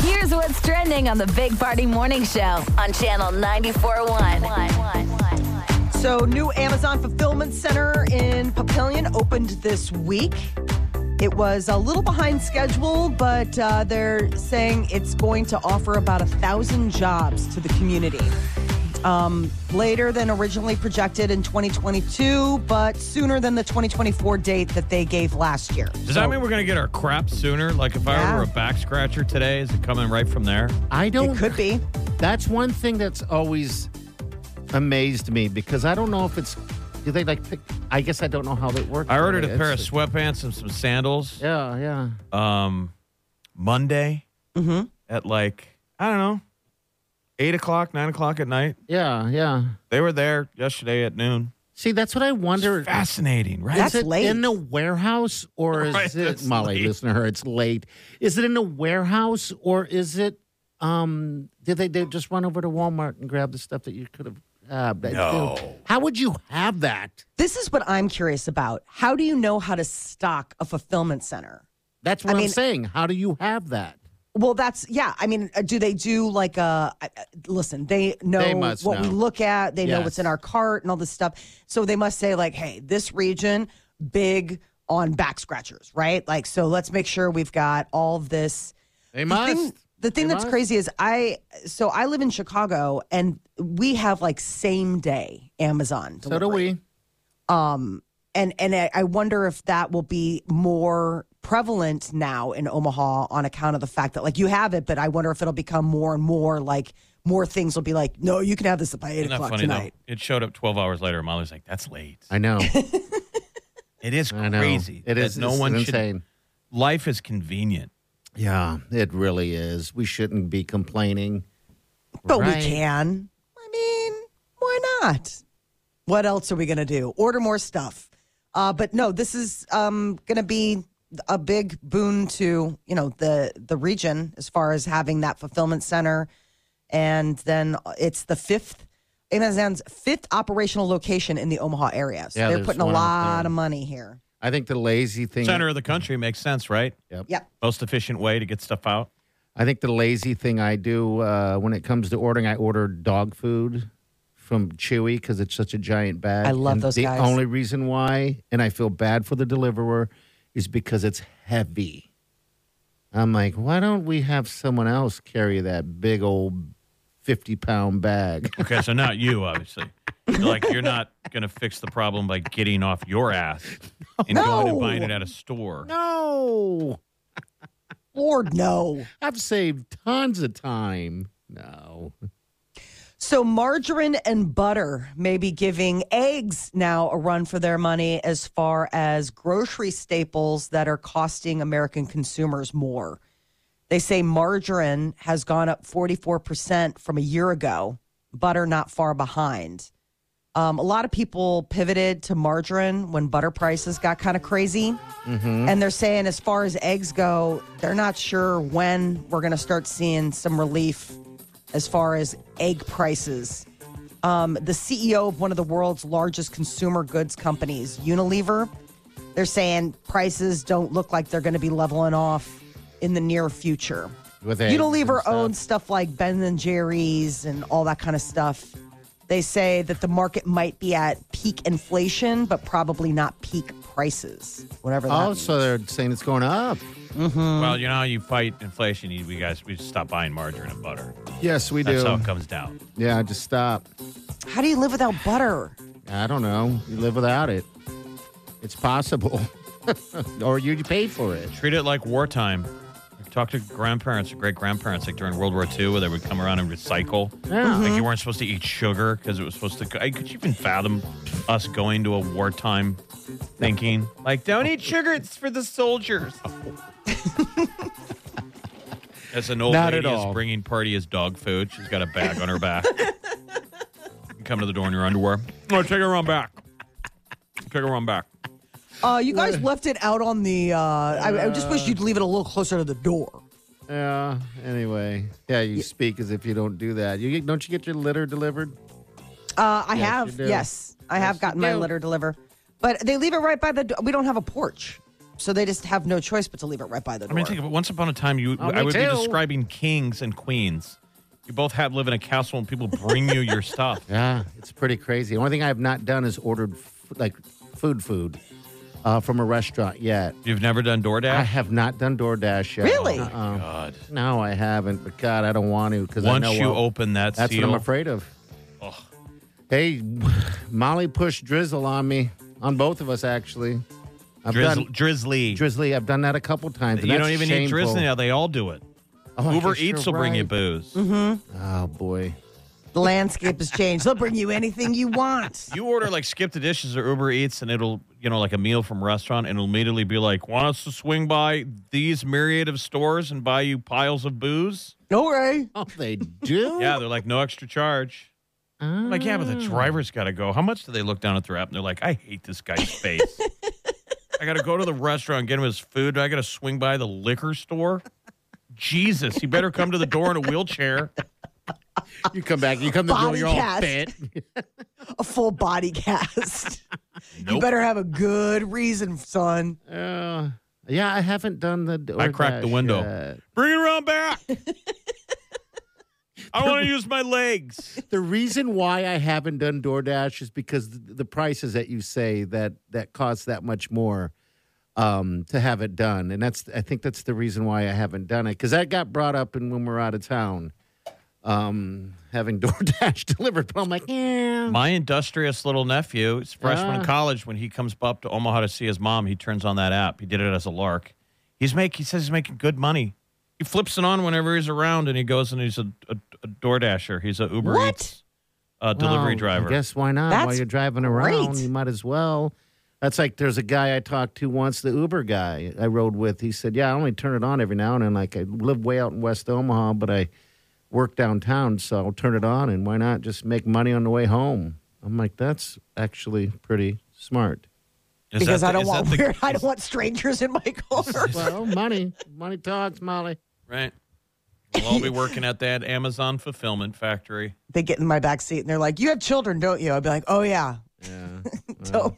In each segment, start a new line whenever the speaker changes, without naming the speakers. Here's what's trending on the Big Party Morning Show on Channel 94.1.
So, new Amazon fulfillment center in Papillion opened this week. It was a little behind schedule, but uh, they're saying it's going to offer about a thousand jobs to the community. Um, later than originally projected in 2022, but sooner than the 2024 date that they gave last year.
Does that mean we're going to get our crap sooner? Like if I
Yeah.
were a back scratcher today, is it coming right from there?
I don't.
It could be.
That's one thing that's always amazed me because I don't know if it's. Do they like pick? I guess I don't know how they work.
I ordered a
It's-
pair of sweatpants and some sandals
Yeah, yeah.
um, Monday
Mm-hmm.
at like, I don't know, 8 o'clock, 9 o'clock at night.
Yeah, yeah.
They were there yesterday at noon.
See, that's what I wonder.
Fascinating, right?
That's
is it
late.
in a warehouse or is
Right,
it
that's
Molly?
late.
Listen to her. It's late. Is it in a warehouse or is it? Um, did they, they just run over to Walmart and grab the stuff that you could have? Uh, no. How would you have that?
This is what I'm curious about. How do you know how to stock a fulfillment center?
That's
I
what I am
mean-
saying. How do you have that?
Well, that's yeah. I mean, uh, do they do like a I- I- listen? They know
They must
what we
know.
look at. They know
Yes.
what's in our cart and all this stuff. So they must say like, hey, this region big on back scratchers, right? Like, so let's make sure we've got all of this.
They
The
must.
thing, the thing
They
that's
must.
crazy is I. So I live in Chicago, and we have like same day Amazon.
So do
delivery
we.
um and and I I wonder if that will be more prevalent now in Omaha on account of the fact that like you have it, but I wonder if it'll become more and more like more things will be like, no, you can have this by eight
Isn't that
o'clock
funny
tonight.
though? It showed up 12 hours later. Molly's like, that's late.
I know.
It is
I know.
crazy.
It
that
is.
No
it's
one should.
insane.
Life is convenient.
Yeah, it really is. We shouldn't be complaining.
But
Right.
we can. I mean, why not? What else are we gonna do? Order more stuff. Uh, but no, this is um gonna be a big boon to you know the the region as far as having that fulfillment center, and then it's the fifth Amazon's fifth operational location in the Omaha area. So
Yeah,
they're
there's
putting a
one out
lot
there.
of money here.
I think the lazy thing.
Center of the country makes sense, right?
Yep.
Most efficient way to get stuff out.
I think the lazy thing I do uh, when it comes to ordering, I order dog food from Chewy because it's such a giant bag.
I love
And
those
The
guys.
only reason why, and I feel bad for the deliverer, is because it's heavy. I'm like, why don't we have someone else carry that big old fifty pound bag?
Okay, so not you, obviously. You're like you're not gonna fix the problem by getting off your ass and going and
No.
buying it at a store.
no.
Lord no.
I've saved tons of time. No.
So, margarine and butter may be giving eggs now a run for their money as far as grocery staples that are costing American consumers more. They say margarine has gone up 44% from a year ago, butter not far behind. Um, a lot of people pivoted to margarine when butter prices got kind of crazy.
Mm-hmm.
And they're saying, as far as eggs go, they're not sure when we're going to start seeing some relief as far as egg prices. Um, the CEO of one of the world's largest consumer goods companies, Unilever, they're saying prices don't look like they're going to be leveling off in the near future.
With eggs
Unilever
and stuff.
owns stuff like Ben and Jerry's and all that kind of stuff. They say that the market might be at peak inflation, but probably not peak prices. Whatever that
Oh,
means.
so they're saying it's going up.
Well, you know how you fight inflation, you we guys we just stop buying margarine and butter.
Yes, we
That's
do.
how it comes down.
Yeah, just stop.
How do you live without butter?
I don't know. You live without it. It's possible. or you pay for it.
Treat it like wartime. Like, Talk to grandparents or great grandparents, like during World War II, where they would come around and recycle.
Yeah. Mm-hmm.
Like you weren't supposed to eat sugar because it was supposed to. go- I- Could you even fathom us going to a wartime thinking like, don't eat sugar, it's for the soldiers? As an old
Not
lady
at
is
all.
bringing party his dog food, she's got a bag on her back. You come to the door in your underwear. No, take her on back. Take her on back.
Uh, you guys left it out on the. Uh, I, I just wish you'd leave it a little closer to the door.
Yeah. Anyway, yeah, you speak as if you don't do that. You get, don't you get your litter delivered?
Uh, I
Yes,
have.
you do.
Yes, I have
you
gotten my
do.
litter delivered, but they leave it right by the. Do- we don't have a porch, so they just have no choice but to leave it right by the
I
door.
mean, think of it. Once upon a time, you
Oh, me
I would be
too.
describing kings and queens. You both have live in a castle, and people bring you your stuff.
Yeah, it's pretty crazy. The only thing I have not done is ordered f- like food, food uh, from a restaurant yet.
You've never done DoorDash.
I have not done DoorDash yet.
Really?
Uh-uh.
God.
No, I haven't. But God, I don't want to because
Once
I know
you
I'll-
open that
That's
seal,
what I'm afraid of. Hey, Molly pushed drizzle on me, on both of us actually. I've
Drizzle,
done
drizzly.
drizzly. I've done that a couple times. and
you
that's
don't even need
shameful.
drizzly now; they all do it.
Oh, I
Uber
guess you're
Eats will bring you
right.
booze.
Oh boy.
the landscape has changed. They'll bring you anything you want.
You order like skip the dishes or Uber Eats, and it'll you know like a meal from a restaurant, and it'll immediately be like, "Want us to swing by these myriad of stores and buy you piles of booze?"
No way.
Oh, they do.
Yeah, they're like, "No extra charge." I'm Like, yeah, but
Ah.
the driver's got to go. How much do they look down at their app? And they're like, "I hate this guy's face." I got to go to the restaurant and get him his food. I got to swing by the liquor store. Jesus, he better come to the door in a wheelchair.
You come back. You come to the door.
Body
You're all
cast.
fit.
A full body cast. You
Nope.
better have a good reason, son.
Uh, yeah, I haven't done the.
I cracked the
DoorDash
window.
yet.
Bring it around back. I want to use my legs.
The reason why I haven't done DoorDash is because th- the prices that you say that that cost that much more um, to have it done, and that's I think that's the reason why I haven't done it because that got brought up in when we we're out of town, um, having DoorDash delivered. But I'm like, yeah,
My industrious little nephew, he's a freshman in
Ah.
college, when he comes up to Omaha to see his mom, he turns on that app. He did it as a lark. He's make he says he's making good money. He flips it on whenever he's around, and he goes and he's a, a, a DoorDasher. He's a Uber
What?
Eats uh, delivery
Well,
driver.
I guess why not? While
That's
you're driving around,
great.
you might as well. That's like there's a guy I talked to once, the Uber guy I rode with. He said, "Yeah, I only turn it on every now and then. Like I live way out in West Omaha, but I work downtown, so I'll turn it on. And why not just make money on the way home?" I'm like, "That's actually pretty smart."
Is
because
that
I
the-
don't
is
want
that the-
weird. I don't want strangers in my car.
well, money, money talks, Molly.
Right. We'll all be working at that Amazon fulfillment factory.
they get in my back seat and they're like, "You have children, don't you?" I'd be like, "Oh yeah."
Yeah.
So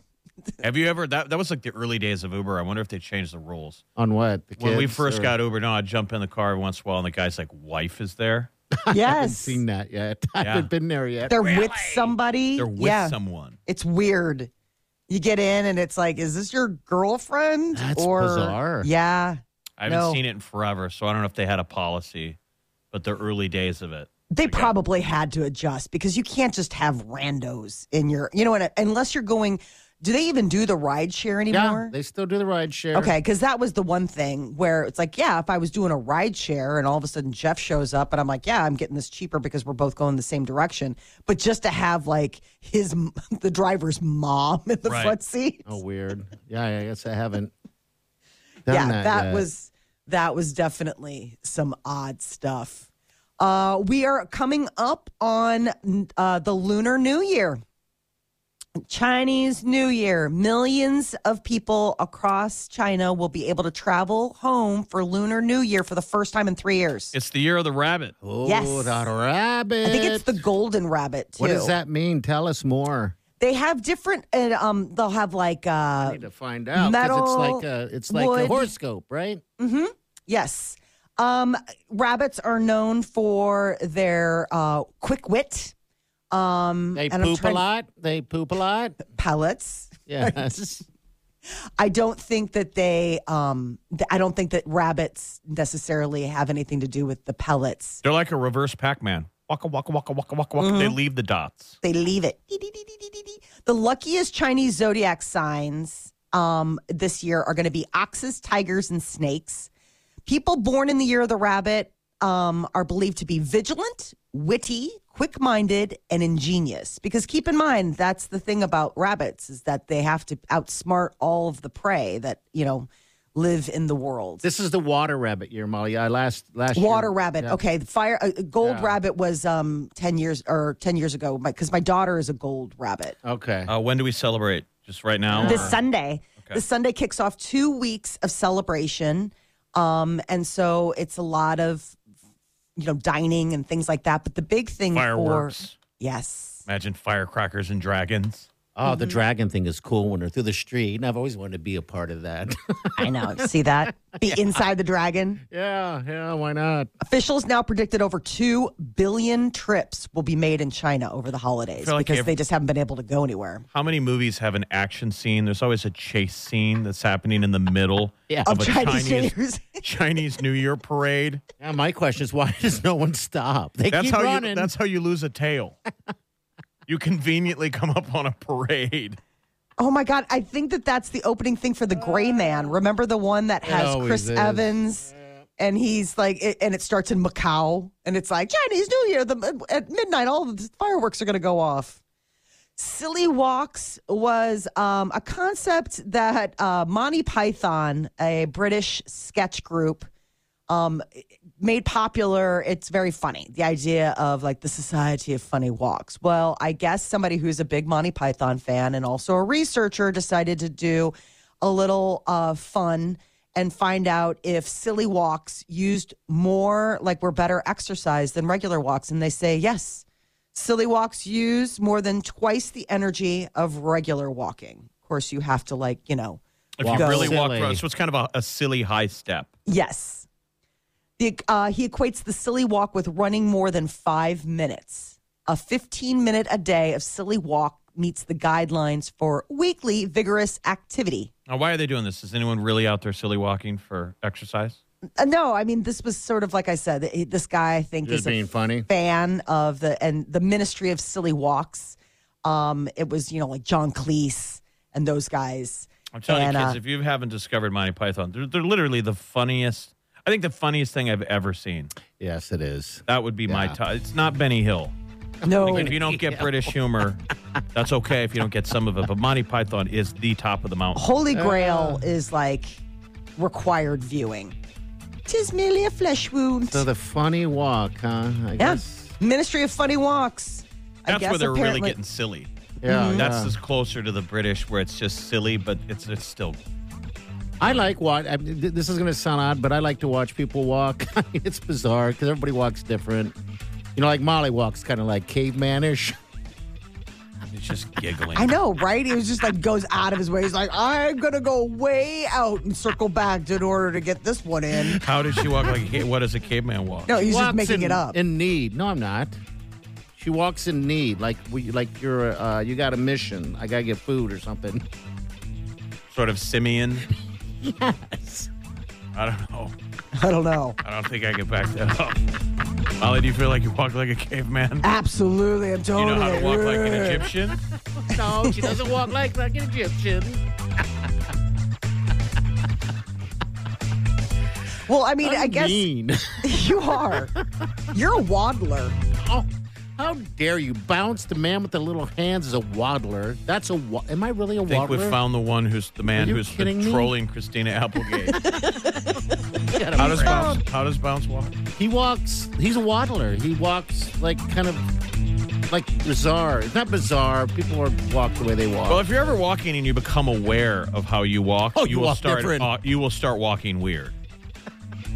Have you ever that that was like the early days of Uber. I wonder if they changed the rules.
On what? The
When we
kids
first
or-
got Uber, no, I'd jump in the car every once in a while, and the guy's like, wife is there.
yes,
seen that yet? I
Yeah.
haven't been there yet.
they're with somebody.
They're with
yeah,
someone.
it's weird. You get in and it's like, "Is this your girlfriend?"
That's
or
bizarre.
yeah,
I haven't
No.
seen it in forever, so I don't know if they had a policy, but the early days of it.
they probably had to adjust because you can't just have randos in your, you know, and unless you're going. Do they even do the ride share anymore?
yeah, they still do the ride share.
Okay, because that was the one thing where it's like, yeah, if I was doing a ride share and all of a sudden Jeff shows up and I'm like, yeah, I'm getting this cheaper because we're both going the same direction. But just to have like his m- the driver's mom in the
Right.
front seat,
Oh, weird. Yeah, I guess I haven't done
yeah,
that.
that,
yet.
was that was definitely some odd stuff. Uh, we are coming up on uh, the Lunar New Year. Chinese New Year. Millions of people across China will be able to travel home for Lunar New Year for the first time in three years.
It's the year of the rabbit.
Oh,
Yes.
the rabbit.
I think it's the golden rabbit too.
What does that mean? Tell us more.
They have different, and um, they'll have like uh,
I need to find out. 'cause
metal,
it's like a, it's like a
wood.
horoscope, right?
Yes. Um, rabbits are known for their uh, quick wit. Um,
They
and I'm
poop
trying-
a lot. They poop a lot.
Pellets.
Yes.
I don't think that they. Um, th- I don't think that rabbits necessarily have anything to do with the pellets.
They're like a reverse Pac-Man. Waka waka waka waka waka waka.
Mm-hmm.
They leave the dots.
They leave it. Dee, dee, dee, dee, dee, dee, dee. The luckiest Chinese zodiac signs um, this year are going to be oxes, tigers, and snakes. People born in the year of the rabbit um, are believed to be vigilant, witty, quick minded, and ingenious. Because keep in mind, that's the thing about rabbits is that they have to outsmart all of the prey that, you know, live in the world.
This is the water rabbit year, Molly. I last last year-
Water rabbit.
Yeah.
Okay, the fire uh, gold
Yeah.
rabbit was um ten years or ten years ago because my daughter is a gold rabbit.
Okay.
Uh, when do we celebrate? Just right now?
This
or-
Sunday,
Oh. Okay.
this Sunday kicks off two weeks of celebration, um, and so it's a lot of you know dining and things like that. But the big thing for
Fireworks.
yes,
Imagine firecrackers and dragons.
oh,
Mm-hmm.
the dragon thing is cool when they're through the street, and I've always wanted to be a part of that.
I know. See that? Be inside the dragon.
yeah, yeah. Why not?
Officials now predicted over 2 billion trips will be made in China over the holidays
feel like
because
ev-
they just haven't been able to go anywhere.
How many movies have an action scene? There's always a chase scene that's happening in the middle
Yeah.
of
Of
a
Chinese New
Chinese,
Year's.
Chinese New Year parade.
Now my question is, why does no one stop? They
That's
keep
how
running.
you. That's how you lose a tail. you conveniently come up on a parade.
Oh my God. I think that that's the opening thing for The Gray Man. Remember the one that has
always
Chris
is.
Evans? And he's like, it, and it starts in Macau, and it's like Chinese New Year. The, at midnight, all the fireworks are going to go off. Silly Walks was um, a concept that uh, Monty Python, a British sketch group, um, made popular. It's very funny. The idea of like the Society of Funny Walks. Well, I guess somebody who's a big Monty Python fan and also a researcher decided to do a little uh, fun and find out if silly walks used more like were better exercise than regular walks. And they say yes. Silly walks use more than twice the energy of regular walking. Of course, you have to like, you know,
If
Walk
you really walk
silly.
around, so it's kind of a, a silly high step.
Yes. The, uh, he equates the silly walk with running more than five minutes. A 15 minute a day of silly walk meets the guidelines for weekly vigorous activity.
Now, why are they doing this? Is anyone really out there silly walking for exercise?
Uh, no, I mean, this was sort of like I said, th- this guy, I think,
Just
is a
being funny.
fan of the and the Ministry of Silly Walks. Um, it was, you know, like John Cleese and those guys.
I'm telling
And,
you, kids,
uh,
if you haven't discovered Monty Python, they're, they're literally the funniest. I think the funniest thing I've ever seen.
Yes, it is.
That would be my
Yeah.
top. It's not Benny Hill.
uh, No,
Like, if you don't get British humor, that's okay if you don't get some of it. But Monty Python is the top of the mountain.
Holy Grail is like required viewing. Tis merely a flesh wound.
So the funny walk, huh? I
Yeah.
guess.
Ministry of Funny Walks. I
That's
guess
where they're really
apparently- Oh,
getting silly.
Yeah,
That's
yeah.
just closer to the British, where it's just silly, but it's it's still.
I like what I mean, th- this is going to sound odd, but I like to watch people walk. I mean, it's bizarre because everybody walks different. You know, like Molly walks kind of like cavemanish.
It's just giggling.
I know, right? He was just like goes out of his way. He's like, I'm gonna go way out and circle back in order to get this one in.
How does she walk like? a ca- What does a caveman walk?
No, he's just
Walks
making
in-
it up.
In need? No, I'm not. She walks in need, like we, like you're uh, you got a mission. I gotta get food or something.
Sort of simian. I don't know.
I don't know.
I don't think I can back that up. Molly, do you feel like you walk like a caveman?
Absolutely,
Oh,
I'm
You
totally.
know how to walk like an Egyptian?
no, she doesn't walk like like an Egyptian.
Well, I mean, i guess
Mean.
you are. You're a waddler.
oh, how dare you bounce the man with the little hands as a waddler? That's a. Wa- am I really a
I think
waddler?
we found the one who's the man
Are you
who's
kidding
been
me?
trolling Christina Applegate.
Gotta
how
be
does bounce? How does bounce walk?
He walks. He's a waddler. He walks like kind of like bizarre. It's not bizarre. People are walk the way they walk.
Well, if you're ever walking and you become aware of how you walk,
Oh,
you,
you
will
walk
start.
different.
uh, you will start walking weird.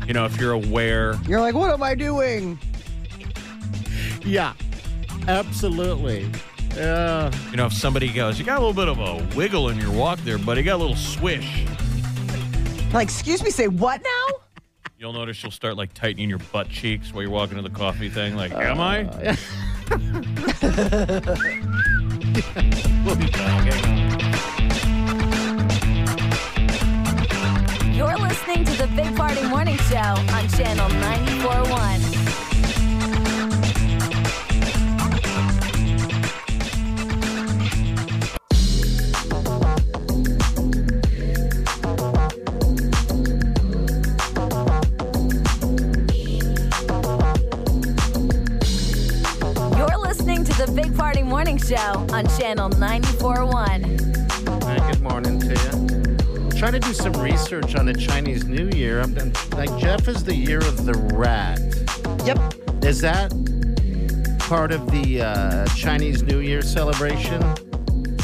You know, if you're aware.
You're like, what am I doing?
yeah, absolutely. Yeah.
You know, if somebody goes, you got a little bit of a wiggle in your walk there, buddy. You got a little swish.
Like, excuse me, say what now?
You'll notice you'll start like tightening your butt cheeks while you're walking to the coffee thing. Like,
Uh,
am I?
You're listening to the Big Party Morning Show on Channel 94.1. You're listening to the Big Party Morning Show on Channel 94.1.
Hey, good morning to you. trying to do some research on the Chinese New Year. I'm, I'm like Jeff is the year of the rat.
Yep.
Is that part of the uh, Chinese New Year celebration?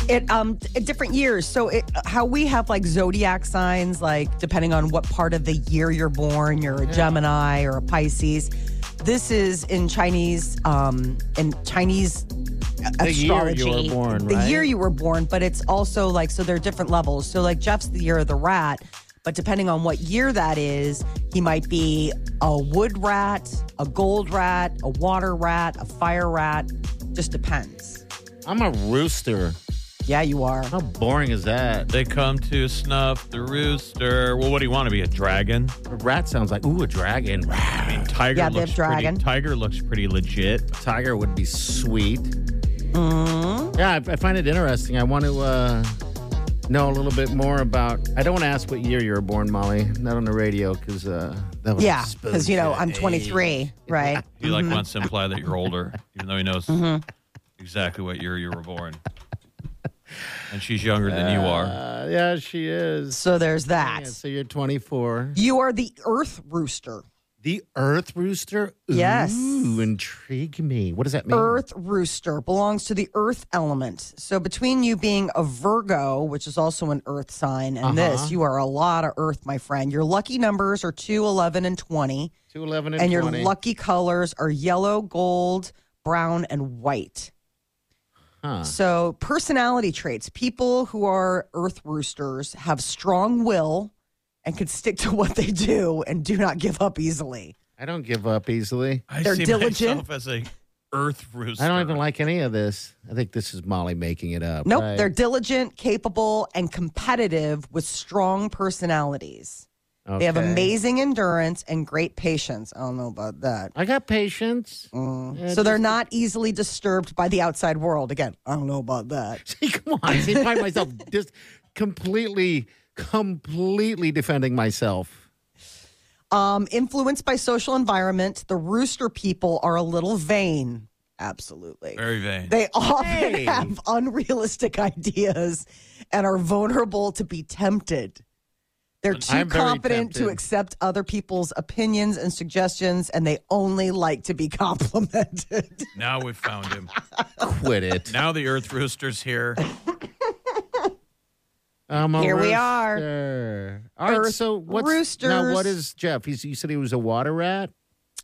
It um at different years. So it how we have like zodiac signs, like depending on what part of the year you're born, you're a Gemini or a Pisces. This is in Chinese um in Chinese
The year
astrology.
you were born,
The
right?
year you were born, but it's also like so there are different levels. So like Jeff's the year of the rat, but depending on what year that is, he might be a wood rat, a gold rat, a water rat, a fire rat. Just depends.
I'm a rooster.
Yeah, you are.
How boring is that?
They come to snuff the rooster. Well, what do you want to be? A dragon?
A rat sounds like ooh a dragon.
I mean, tiger.
Yeah, they
looks
have dragon.
Pretty, tiger looks pretty legit.
tiger would be sweet.
Mm-hmm.
Yeah, I, I find it interesting. I want to uh, know a little bit more about. I don't want to ask what year you were born, Molly. Not on the radio because uh, that would
Yeah,
expose
because you know
your
I'm
age.
23, right?
He like wants to imply that you're older, even though he knows
Mm-hmm.
exactly what year you were born. And she's younger than you are.
Uh, yeah, she is.
So there's
Yeah,
that.
so you're 24.
You are the Earth Rooster.
The Earth Rooster. Ooh,
Yes.
intrigue me. What does that mean?
Earth Rooster belongs to the Earth element. So between you being a Virgo, which is also an Earth sign,
Uh-huh.
and this, you are a lot of Earth, my friend. Your lucky numbers are 2, 11, and 20,
211 and,
and your
20.
lucky colors are yellow, gold, brown, and white.
Huh.
So, personality traits people who are earth roosters have strong will and can stick to what they do and do not give up easily.
I don't give up easily.
I
They're
see
diligent.
myself as a earth rooster.
I don't even like any of this. I think this is Molly making it up.
Nope,
right?
they're diligent, capable, and competitive with strong personalities. They have
Okay.
amazing endurance and great patience. I don't know about that.
I got patience.
Mm. So they're not easily disturbed by the outside world. Again, I don't know about that.
See, come on. See, find myself just completely, completely defending myself.
Um, influenced by social environment, the rooster people are a little vain. Absolutely.
Very vain.
They often have unrealistic ideas and are vulnerable to be tempted. They're too
I'm very
confident to
tempted.
accept other people's opinions and suggestions, and they only like to be complimented.
now we've found him.
Quit it.
Now the earth rooster's here.
I'm a
Here we are.
rooster. All right.
Earth
so what's now? What
roosters.
is Jeff? He's, you said he was a water rat.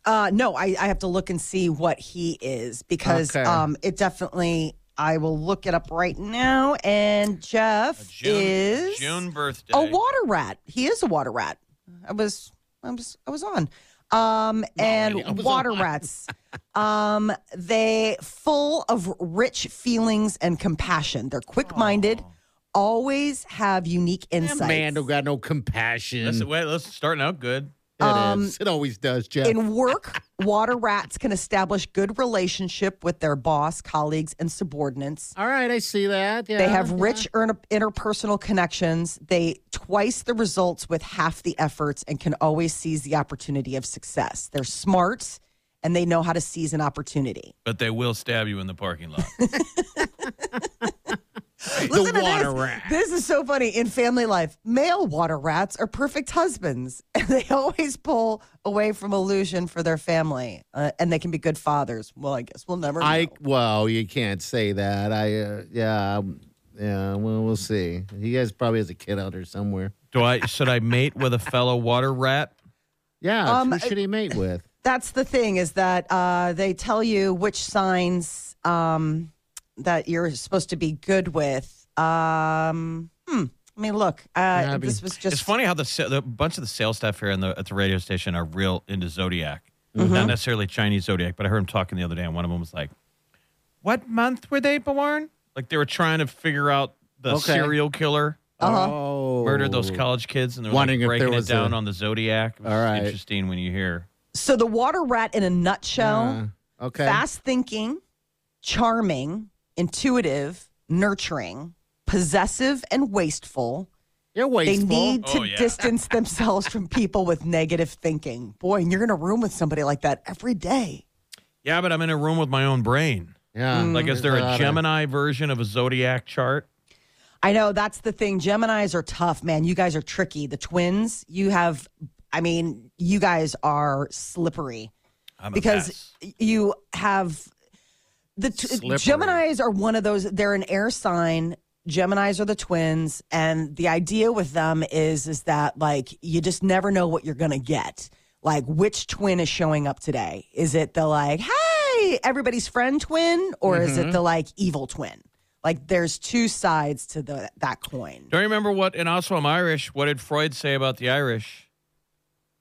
Uh, no, I, I have to look and see what he is because
Okay.
um, it definitely. I will look it up right now. And Jeff
A June,
is
June birthday.
a water rat. He is a water rat. I was I was I was on. Um and
I was
water rats. Um they full of rich feelings and compassion. They're quick-minded, always have unique
That man
insights.
don't got no compassion.
Let's,
It
wait, let's starting out good.
is. It always does, Jeff.
Um, In work, water rats can establish good relationship with their boss, colleagues, and subordinates.
All right, I see that. Yeah.
They have rich inter- interpersonal connections. They twice the results with half the efforts and can always seize the opportunity of success. They're smart and they know how to seize an opportunity.
But they will stab you in the parking lot.
Listen to
water
this.
rat.
This is so funny. In family life, male water rats are perfect husbands and they always pull away from illusion for their family uh, and they can be good fathers. Well, I guess we'll never know.
I well, you can't say that. I uh, yeah um, yeah. Well, we'll see. He has probably has a kid out there somewhere.
Do I should I mate with a fellow water rat?
Yeah.
Um,
who should he mate with?
that's the thing is that uh, they tell you which signs um, that you're supposed to be good with. Um, hmm. I mean, look, uh,
Abby.
this was just
It's funny how the, sa- the bunch of the sales staff here in the, at the radio station are real into zodiac,
Mm-hmm.
not necessarily Chinese zodiac. But I heard them talking the other day, and one of them was like, "What month were they born?" Like they were trying to figure out the
Okay.
serial killer
Uh-huh.
Oh,
murdered those college kids, and they're like
Wondering if
breaking
there was
it down
a-
on the zodiac. It was
All right.
interesting when you hear.
So the water rat, in a nutshell,
Uh, okay.
fast thinking, charming, intuitive, nurturing, possessive, and wasteful.
You're wasteful.
They need to
Oh, yeah.
distance themselves from people with negative thinking. Boy, and you're in a room with somebody like that every day.
Yeah, but I'm in a room with my own brain.
yeah.
Mm. Like, is there
There's lot
a
of-
Gemini version of a zodiac chart?
I know that's the thing. Geminis are tough, man. You guys are tricky. The twins, you have, I mean, you guys are slippery
I'm a
because
mess.
you have the t-
Slippery.
Geminis are one of those. They're an air sign. Geminis are the twins, and the idea with them is is that like you just never know what you're gonna get. Like which twin is showing up today? Is it the like hey everybody's friend twin, or is it the like evil twin? Like there's two sides to the that coin.
Don't you remember what, and also I'm Irish. What did Freud say about the Irish?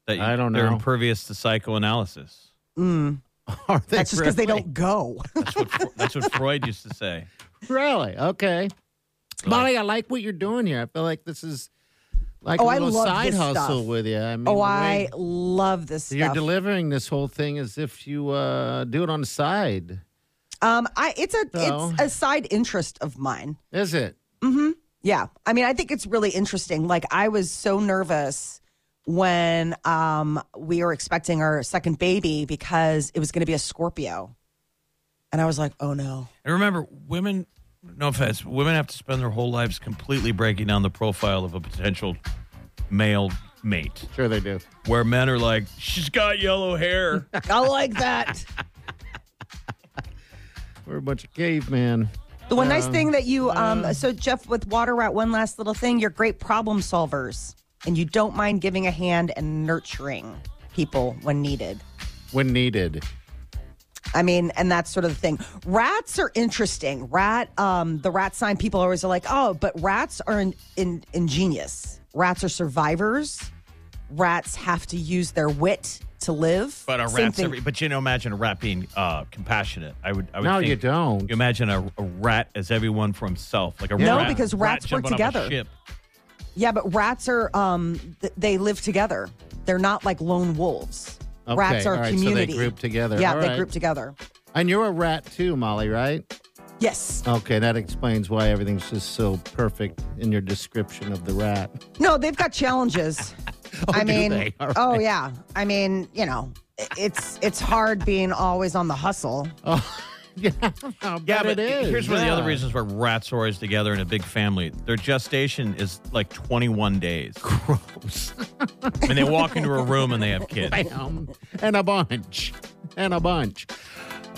That
I don't
They're
know.
impervious to psychoanalysis.
Are they
That's just because they
really?
don't go.
That's what, Fre- that's what Freud used to say.
Really? Okay. Molly, I like what you're doing here. I feel like this is like
Oh,
a
I
little
love
side
this
hustle
stuff.
with you. I mean, the
oh,
way
I love this.
you're
stuff.
delivering this whole thing as if you uh, do it on the side.
Um, I it's a
So-
it's a side interest of mine.
Is it?
Yeah, I mean, I think it's really interesting. Like, I was so nervous when um we were expecting our second baby because it was going to be a Scorpio, and I was like, oh no,
And remember, women, no offense, women have to spend their whole lives completely breaking down the profile of a potential male mate,
Sure, they do.
where men are like, she's got yellow hair.
I like that.
We're a bunch of cavemen.
The one nice thing that you um so Jeff with Water Rat, one last little thing, you're great problem solvers, and you don't mind giving a hand and nurturing people when needed.
when needed.
I mean, and that's sort of the thing. Rats are interesting. Rat, um, the rat sign people always are like, oh, but rats are in, in, ingenious. Rats are survivors. Rats have to use their wit to live.
But a
Same
rat's
thing.
every, but you know, imagine a rat being uh, compassionate. I would, I would
No,
think-
you don't.
You imagine a, a rat as everyone for himself, like a
No,
rat,
because
rat
rats work
jumping off a
together.
ship.
yeah, but rats are um, th- they live together. They're not like lone wolves.
Okay,
rats are
all right, so they
community.
group together.
Yeah,
All
they
right.
group together.
And you're a rat too, Molly, right?
Yes.
Okay, that explains why everything's just so perfect in your description of the rat.
No, they've got challenges. I
do
mean,
they? All
oh yeah. I mean, you know, i- it's it's hard being always on the hustle.
Oh, yeah,
Yeah,
I'll bet
but
it is.
here's one of the
yeah.
other reasons why rats are always together in a big family. Their gestation is like 21 days. Gross. and they walk into a room and they have kids.
Bam. Um, And a bunch. And a bunch.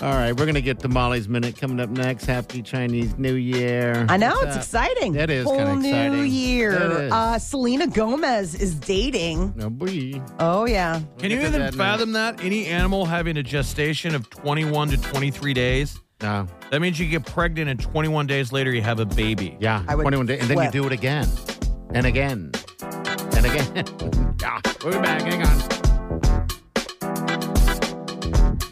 All right, we're going to get to Molly's Minute coming up next. Happy Chinese New Year.
I know
What's
it's
up?
exciting.
That is
whole
kinda
new
exciting.
year.
It is.
Uh, Selena Gomez is dating.
No, we.
Oh yeah,
Can you
Look at
even
that
fathom that? Any animal having a gestation of 21 to 23 days?
No.
That means you get pregnant and 21 days later you have a baby.
Yeah.
I would
21 days. And then you
flip.
do it again. And again. And again. yeah. We'll be back. Hang on.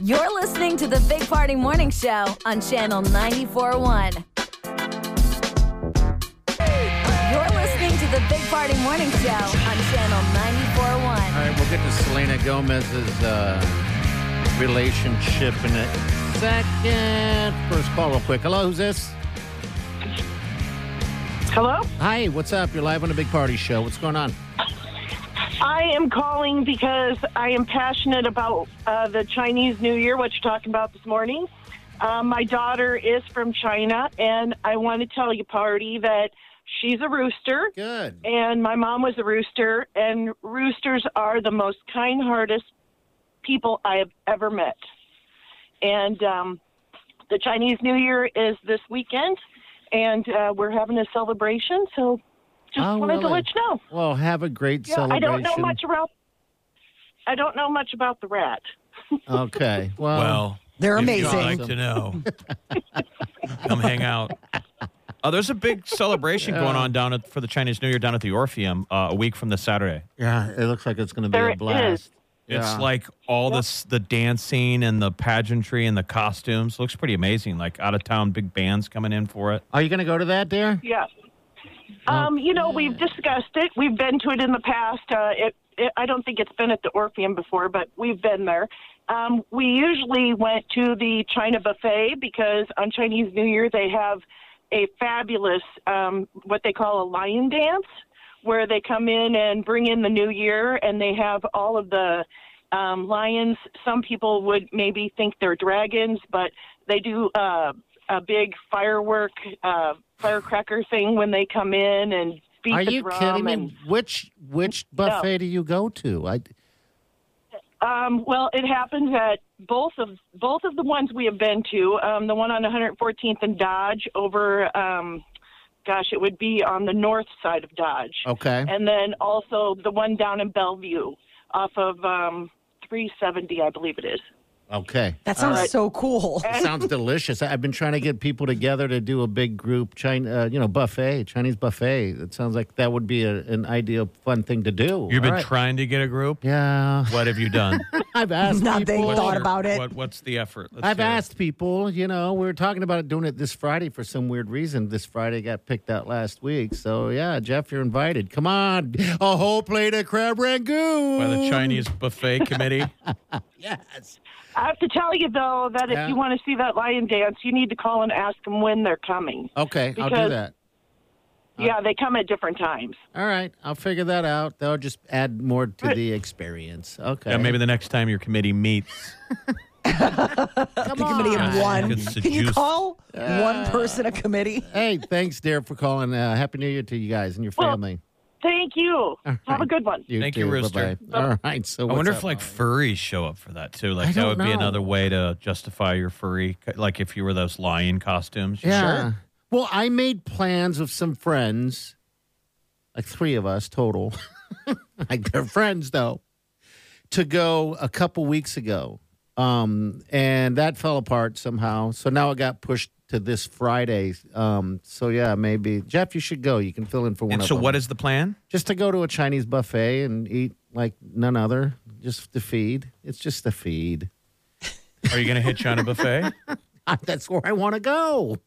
You're listening to the Big Party Morning Show on Channel 941. You're listening to the Big Party Morning Show on Channel 941.
All right, we'll get to Selena Gomez's uh, relationship in a second. First call, real quick. Hello, who's this?
Hello?
Hi, what's up? You're live on a big party show. What's going on?
I am calling because I am passionate about uh, the Chinese New Year, what you're talking about this morning. Um, my daughter is from China, and I want to tell you, party, that she's a rooster,
Good.
and my mom was a rooster, and roosters are the most kind hearted people I have ever met. And um, the Chinese New Year is this weekend, and uh, we're having a celebration, so just
Oh,
wanted to
really?
let you know.
Well, have a great
Yeah, I
celebration.
don't know much about. I don't know much about the rat.
Okay. Well,
Well,
they're
if
amazing.
You'd like to know. come hang out. Uh, there's a big celebration going on down at, for the Chinese New Year down at the Orpheum uh, a week from this Saturday.
yeah, it looks like it's going to be
There
a
it
blast.
is.
Yeah.
It's like all this the dancing and the pageantry and the costumes looks pretty amazing. Like out of town big bands coming in for it.
Are you going to go to that, dear?
Yeah.
Oh,
Um, you know, we've discussed it. We've been to it in the past. Uh, it, it, I don't think it's been at the Orpheum before, but we've been there. Um, we usually went to the China buffet because on Chinese New Year they have a fabulous um, what they call a lion dance, where they come in and bring in the new year, and they have all of the um, lions. Some people would maybe think they're dragons, but they do uh, a big firework uh, firecracker thing when they come in and beat
Are
the
you
drum
kidding me?
and
Which which buffet do you go to? I
Um, well, it happens at both of both of the ones we have been to. Um, the one on 114th and Dodge over, um, gosh, it would be on the north side of Dodge,
okay.
and then also the one down in Bellevue off of um, 370, I believe it is.
Okay.
That sounds so cool.
That sounds delicious. I- I've been trying to get people together to do a big group China, uh, you know, buffet, Chinese buffet. It sounds like that would be a, an ideal fun thing to do.
You've been
All right.
trying to get a group.
Yeah.
What have you done?
I've asked
Nothing.
people.
What's
Thought about it.
What, what's the effort? Let's
I've
hear it.
asked people, you know, we were talking about doing it this Friday for some weird reason. This Friday got picked out last week. So, yeah, Jeff, you're invited. Come on, a whole plate of crab rangoon.
by the Chinese buffet committee.
Yes.
I have to tell you though that if
Yeah.
you want to see that lion dance, you need to call and ask them when they're coming.
Okay, I'll do
Because-
that.
Yeah, they come at different times.
All right, I'll figure that out. That'll just add more to the experience. Okay.
Yeah, maybe the next time your committee meets,
Come
The committee
on.
of
Yeah,
one.
you can
Can you
seduce-
call one person a committee?
Hey, thanks, dear, for calling. Uh, Happy New Year to you guys and your
Well,
family.
Thank you.
All
Have a
right.
good one.
You
Thank
too.
you, Rooster.
Bye-bye. All right. So
I
what's
wonder
up,
if like
Molly?
furries show up for that too.
I
Like that
don't
would be
know.
another way to justify your furry, like if you were those lion costumes.
Yeah. Well, I made plans with some friends, like three of us total. like they're friends though, to go a couple weeks ago. Um, and that fell apart somehow. So now it got pushed to this Friday. Um, so yeah, maybe Jeff, you should go. You can fill in for one
And
of
so,
them.
what is the plan?
just to go to a Chinese buffet and eat like none other, just to feed. It's just the feed.
Are you going to hit China buffet?
That's where I want to go.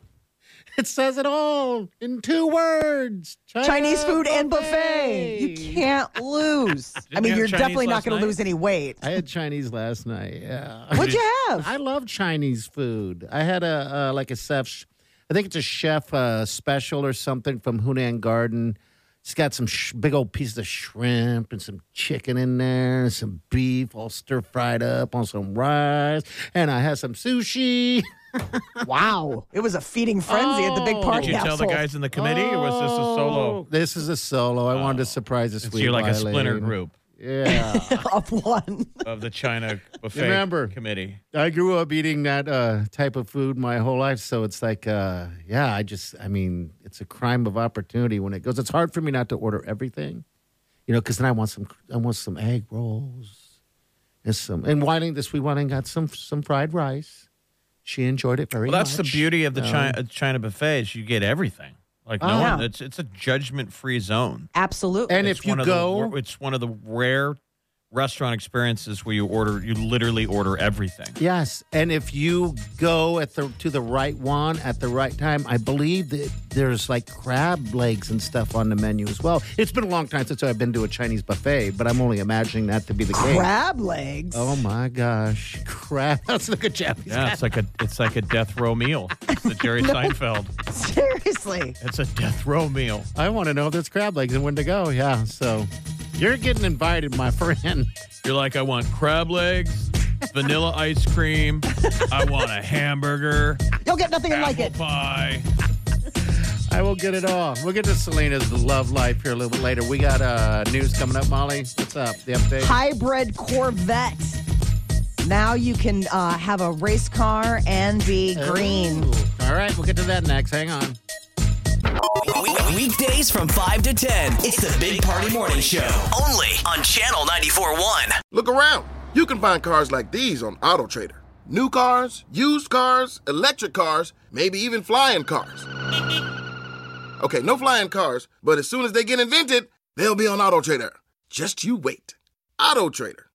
It says it all in two words: China
Chinese food and buffet. You can't lose. I
you
mean,
have
you're
Chinese
definitely
last
not going
night?
to lose any weight.
I had Chinese last night. Yeah,
What'd you have?
I love Chinese food. I had a uh, like a chef. I think it's a chef uh, special or something from Hunan Garden. It's got some sh- big old pieces of shrimp and some chicken in there, and some beef all stir fried up on some rice, and I had some sushi.
wow. It was a feeding frenzy at the big
Did
party
you tell the
household.
guys in the committee, or was this a solo?
Oh,
Oh.
This is a solo. I wanted to surprise the
So
sweet.
you're like a splinter
Wileen.
group
Yeah.
of one.
of the China buffet
Remember.
committee.
I grew up eating that uh, type of food my whole life, so it's like, uh, yeah, I just, I mean, it's a crime of opportunity when it goes. It's hard for me not to order everything, you know, because then I want some, I want some egg rolls, and some, and whining this we went and got some some fried rice. She enjoyed it very
Well, that's the
much.
beauty of the China, China buffet is you get everything. Like no
Oh,
one,
yeah.
it's it's a judgment free zone.
Absolutely.
And
It's
if you
one of
go,
the, wa- it's one of the rare restaurant experiences where you order, you literally order everything.
Yes, and if you go at the to the right one at the right time, I believe that there's like crab legs and stuff on the menu as well. It's been a long time since I've been to a Chinese buffet, but I'm only imagining that to be the case.
Crab legs.
Oh my gosh, crab! That's like a Japanese.
Yeah, it's like a it's like a death row meal. It's the Jerry Seinfeld.
Seriously.
It's a death row meal.
I want to know if there's crab legs and when to go. Yeah, so you're getting invited, my friend.
You're like, I want crab legs, vanilla ice cream. I want a hamburger,
You'll get nothing like it.
pie.
I will get it all. We'll get to Selena's love life here a little bit later. We got uh, news coming up, Molly. What's up? The update.
Hybrid Corvette. Now you can uh, have a race car and be green.
Ooh. All right, we'll get to that next. Hang on.
Weekdays from 5 to 10. It's the Big Party Morning Show. Only on Channel 94.1.
Look around. You can find cars like these on AutoTrader. New cars, used cars, electric cars, maybe even flying cars. Okay, no flying cars, but as soon as they get invented, they'll be on AutoTrader. Just you wait. AutoTrader.